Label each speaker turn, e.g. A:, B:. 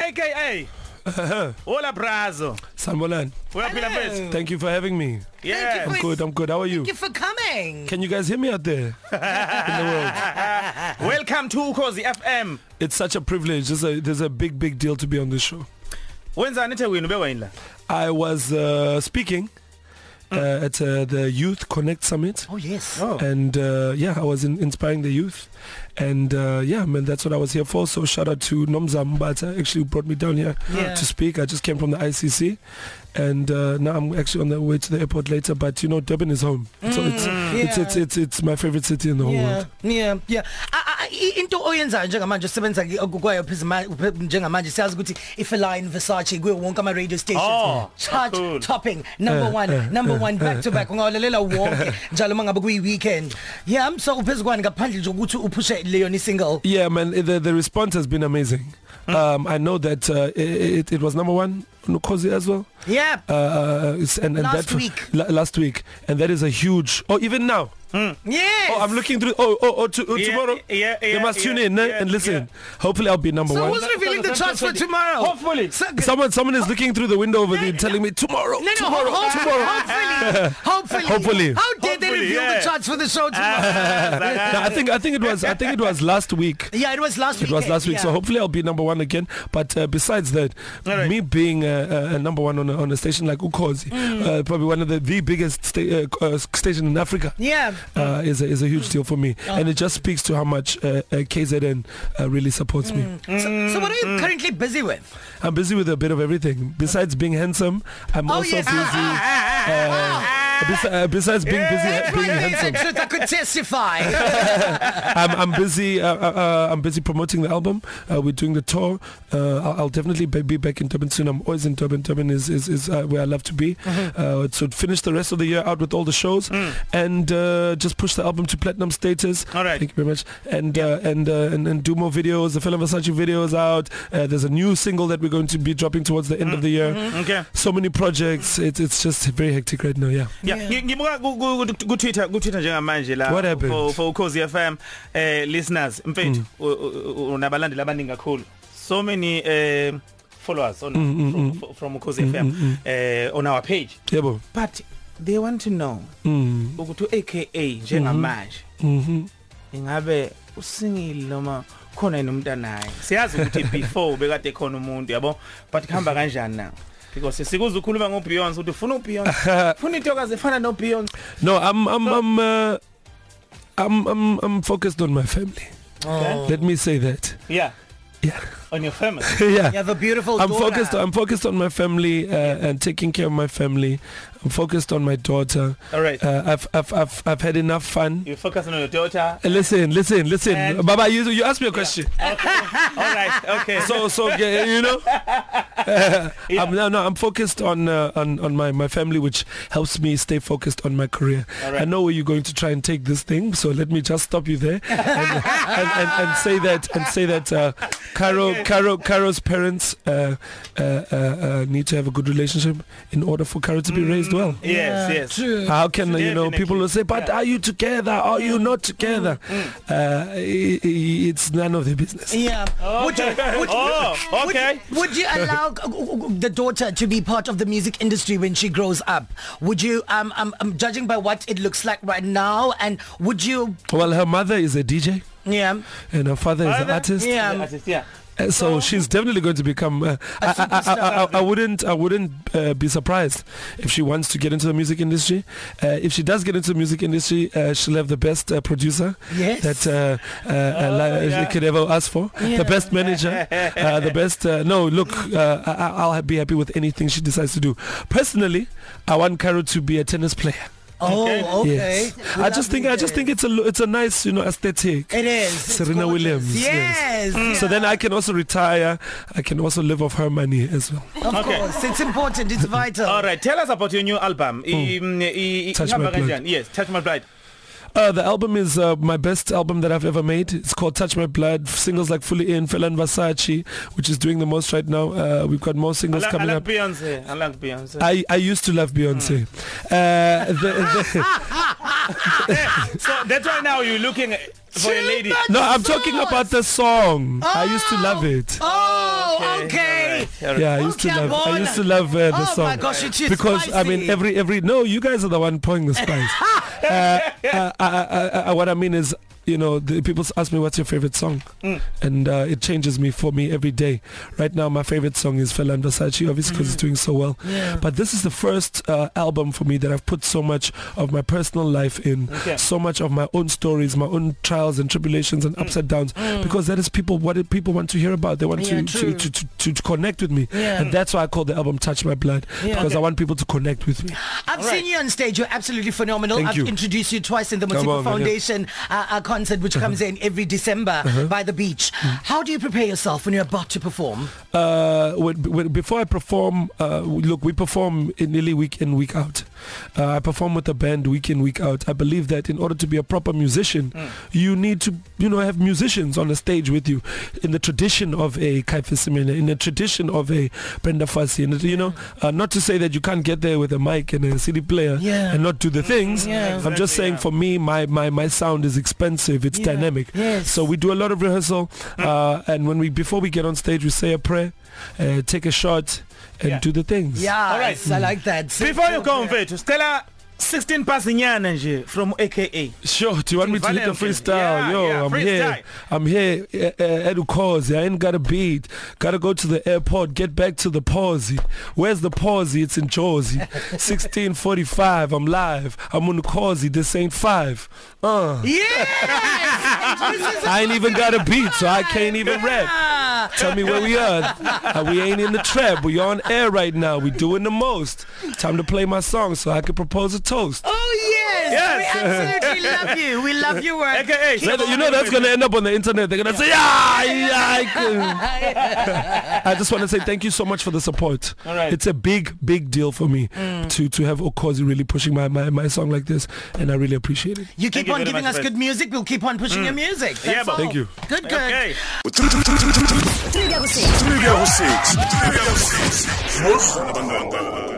A: AKA Hola Brazo.
B: Sanbolan,
A: Uyaphila mfethu?
B: thank you for having me.
A: Yeah.
B: I'm good, I'm good. How are you?
C: Thank you for coming.
B: Can you guys hear me out there?
A: Welcome to Ukhozi FM.
B: It's such a privilege. There's a, there's a big, big deal to be on this show.
A: Wenzani ethe wena ube wayini la?
B: I was uh, speaking uh, at uh, the Youth Connect Summit.
C: Mm. Oh yes.
A: Oh.
B: And uh, yeah, I was in, inspiring the youth, and uh, yeah, man, that's what I was here for. So shout out to Nomza Mbata, actually who brought me down here
C: Yeah.
B: to speak. I just came from the ICC, and uh, now I'm actually on the way to the airport later. But you know, Durban is home, so it's, it's
C: Mm. Yeah.
B: it's it's it's my favorite city in the whole
C: Yeah,
B: world.
C: yeah, yeah. Ah, ah, i- Into oyenzayo njengamanje usebenza ki- kwayo phezima- uphe- njengamanje siyazi ukuthi ifeline Versace kuyo wonke ama radio
A: Oh,
C: stations. Chart
A: cool.
C: topping number
B: Eh,
C: 1,
B: eh,
C: number
B: eh,
C: 1 back
B: eh,
C: to back ungawulalela wonke njalo mangabe kuyi weekend. Yeah, I'm so uphezukwane ngaphandle nje ukuthi uphushe leyo ni single.
B: Yeah, man, the, the response has been amazing.
A: Hmm.
B: Um, I know that uh, it, it was number one on Ukozi as well.
C: Yeah.
B: Uh, it's- and, and
C: Last
B: that,
C: week.
B: La, last week, and that is a huge. Oh, even now.
C: Yes.
B: Oh, I'm looking through. Oh, oh, oh, to, oh
A: Yeah,
B: tomorrow.
A: yeah,
B: they
A: yeah,
B: must tune
A: yeah,
B: in eh,
A: yeah,
B: and listen. Hopefully, I'll be number
C: So
B: one.
C: who's revealing the charts for
B: Oh.
C: tomorrow?
A: Hopefully.
C: So- Oh.
B: Someone, someone is looking through the window over there, telling me tomorrow,
C: No, no,
B: tomorrow,
C: hopefully,
B: tomorrow.
C: hopefully, hopefully,
B: Hopefully.
C: How did they
A: Hopefully,
C: reveal
A: yeah.
C: the charts for the show tomorrow?
B: No, I think, I think it was, I think it was last week.
C: yeah, it was last week.
B: It was last week, so hopefully I'll be number one again. But uh, besides that,
A: Alright.
B: me being uh, uh, number one on a, on a station like Ukozi,
C: Mm.
B: uh, probably one of the, the biggest sta- uh, uh, station in Africa,
C: Yeah. Mm.
B: uh, is, a, is a huge deal for me. And it just speaks to how much uh, uh, KZN uh, really supports
C: Mm.
B: me.
C: So, so what are you currently busy with?
B: I'm busy with a bit of everything. Besides being handsome, I'm
C: Oh,
B: also
C: yes.
A: Ah,
B: busy. Uh,
C: ah.
B: besi- uh, besides being
C: That
B: busy, being
C: might be
B: handsome,
C: the truth, I could testify.
B: I'm, I'm busy. Uh, uh, uh, I'm busy promoting the album. Uh, we're doing the tour. Uh, I'll, I'll definitely be be back in Durban soon. I'm always in Durban. Durban is is, is uh, where I love to be.
A: Mm-hmm.
B: Uh, so finish the rest of the year out with all the shows, and uh, just push the album to platinum status.
A: Mm. All right.
B: Thank you very much. And uh, and, uh, and and do more videos. The Film Versace video is out. Uh, there's a new single that we're going to be dropping towards the end of the year.
A: Okay.
B: So many projects. It's it's just very hectic right now. Yeah.
A: Yeah, ngi- ngibuka ku- ku ku- ku Twitter, ku Twitter njengamanje la
B: What happened? Mm.
A: for for Ukhozi FM eh listeners, mfethu u- u- u- unabalandeli abaningi kakhulu. So many eh followers on
B: Mm,
A: from- from, from Ukhozi FM eh on our page.
B: Yebo.
A: But they want to know
B: Mm.
A: ukuthi AKA njengamanje
B: Mm-hmm.
A: ingabe usingile noma khona yini umntana naye siyazi ukuthi before bekade khona umuntu yabo but kuhamba kanjani na because sikuza ukukhuluma ngo Beyonce ukuthi ufuna u Beyonce ufuna intokazi efana no Beyonce
B: No, I'm I'm I'm uh, I'm I'm I'm focused on my family. Let me say that.
A: yeah
B: Yeah.
A: on your family
B: yeah.
C: You have a beautiful
B: I'm
C: daughter.
B: focused I'm focused on my family uh, and taking care of my family. I'm focused on my daughter.
A: all right
B: Uh, I've, I've I've I've had enough fun.
A: you focusing on your daughter
B: Uh, Listen, listen, listen.
A: And-
B: Baba, you you asked me a question.
A: all right okay so
B: So so yeah, you know.
A: Yeah.
B: I'm, no no I'm focused on uh, on on my my family which helps me stay focused on my career.
A: All right.
B: I know where you're going to try and take this thing, so let me just stop you there and, and, and, and say that and say that uh, Caro Caro Caro's parents uh, uh, uh, uh, need to have a good relationship in order for Caro to be
A: Mm-hmm.
B: raised well.
A: yes yes
C: True.
B: How can you know
A: Definitely.
B: people will say, but are you together? Are
A: Mm.
B: you not together? Uh, i- i- it's none of their business.
C: Yeah. Would you, would,
A: Oh, okay.
C: Would, would you allow the daughter to be part of the music industry when she grows up? Would you, um, um, um, judging by what it looks like right now, and would you,
B: Well, her mother is a DJ.
C: yeah,
B: and her father is an
A: Father?
B: artist.
C: Yeah.
A: The artist, yeah
B: Uh, So she's definitely going to become. Uh, I, I, I, I, I wouldn't. I wouldn't uh, be surprised if she wants to get into the music industry. Uh, if she does get into the music industry, uh, she'll have the best uh, producer
C: Yes.
B: that uh, uh, uh, li-
A: yeah.
B: uh, could ever ask for. The best manager. uh, the best. Uh, no, look, uh, I, I- I'll be happy with anything she decides to do. Personally, I want Caro to be a tennis player.
C: oh, okay.
B: Yes. I just think. I just think it's a. lo- It's a nice, you know, aesthetic.
C: it is. It's
B: Serena
C: gorgeous.
B: Williams,
C: Yes.
B: yes. So then I can also retire. I can also live off her money as well.
C: Of
A: Okay.
C: course, it's important. It's vital.
A: all right tell us about your new album I- I- I-
B: Oh. Touch
A: ihamba
B: My Blood.
A: kanjani yes touch my blood
B: Uh, the album is uh, my best album that I've ever made. It's called Touch My Blood. Singles like Fully In, Fela and Versace, which is doing the most right now. Uh, we've got more
A: I
B: singles
A: like, I
B: coming
A: like
B: up.
A: Beyonce. I like Beyonce.
B: I, I used to love Beyonce.
C: Mm.
B: Uh, the, the,
A: so that's why now you're looking for a lady.
B: no, I'm talking about the song. I used to love it.
C: Oh, okay.
A: All right, all right.
B: Yeah, I used to
C: Okay,
B: love. I
C: Bona.
B: used to love uh, the
C: Oh
B: song.
C: my gosh, it is
B: because I mean
C: spicy.
B: every every no, you guys are the one pouring the spice. uh, uh, I, I, I, I, what I mean is. You know, the people ask me what's your favorite song,
C: Mm.
B: and uh, it changes me for me every day. Right now, my favorite song is Fela and Versace, obviously because
C: Mm.
B: it's doing so well. But this is the first uh, album for me that I've put so much of my personal life in,
A: Okay.
B: so much of my own stories, my own trials and tribulations
C: Mm.
B: and ups and downs, because that is people what it- people want to hear about. They want
C: Yeah,
B: to, to,
C: true.
B: to to, to, to connect with me.
C: Yeah.
B: And that's why I call the album Touch My Blood
C: Yeah.
B: because I
A: Okay.
B: want people to connect with me.
C: I've
A: All right.
C: seen you on stage. You're absolutely phenomenal.
B: Thank
C: I've
B: you.
C: introduced you twice in the
B: Come
C: Motivo
B: on, man, yeah.
C: Foundation uh, uh, concert, which comes in every December by the beach. How do you prepare yourself when you're about to perform?
B: Uh, when, when, before I perform, uh, we- look, we perform in nearly week in, week out. Uh, I perform with the band week in, week out. I believe that in order to be a proper musician,
C: Hmm.
B: you need to, you know, have musicians on the stage with you in the tradition of a Kai Fisimene, in the tradition of a Brenda Fassie. And, you know,
C: Hmm.
B: uh, not to say that you can't get there with a mic and a CD player
C: Yeah.
B: and not do the things.
C: Yeah.
B: I'm just
A: Exactly,
B: saying
A: yeah.
B: for me, my, my, my sound is expensive. It's
C: Yeah.
B: dynamic.
C: Yes.
B: So we do a lot of rehearsal,
A: Uh-huh.
B: uh, and when we before we get on stage, we say a prayer, uh, take a shot, and
A: Yeah.
B: do the things.
C: Yeah,
A: All right.
C: I like that. So-
A: Before you go, Mfethu, Stella 16 Pasinyana nje from AKA.
B: Sure. Do you want me to hit the
A: Valentine.
B: freestyle?
A: Yeah,
B: Yo,
A: yeah,
B: I'm
A: freestyle.
B: here. I'm here. Uh, uh, Edu Cause. I ain't got a beat. Gotta go to the airport. Get back to the pausey. Where's the pausey? It's in Jersey. 16:45. I'm live. I'm on the causey. This ain't five. Uh.
C: Yes!
B: I ain't even got a beat, so I can't even rap.
C: Ah,
B: Tell me where we are. Uh, we ain't in the trap. We on air right now. We doing the most. Time to play my song so I can propose a toast.
C: oh yes!
A: Yes.
C: We absolutely love you. We love your work.
A: AKA.
B: Whether- you know that's gonna end up on the internet. They're gonna say, yeah, yeah. I, can." I just want to say thank you so much for the support.
A: All right. Mm.
B: It's a big, big deal for me to to have Okozi really pushing my, my my song like this, and I really appreciate it.
C: You keep
A: you
C: on
A: very
C: giving
A: much,
C: us
A: Fred.
C: good music. We'll keep on pushing your music. That's
A: Yeah, but-
C: all.
B: Thank you.
C: Good, good.
A: Okay.
D: 306 306 306 most abantanga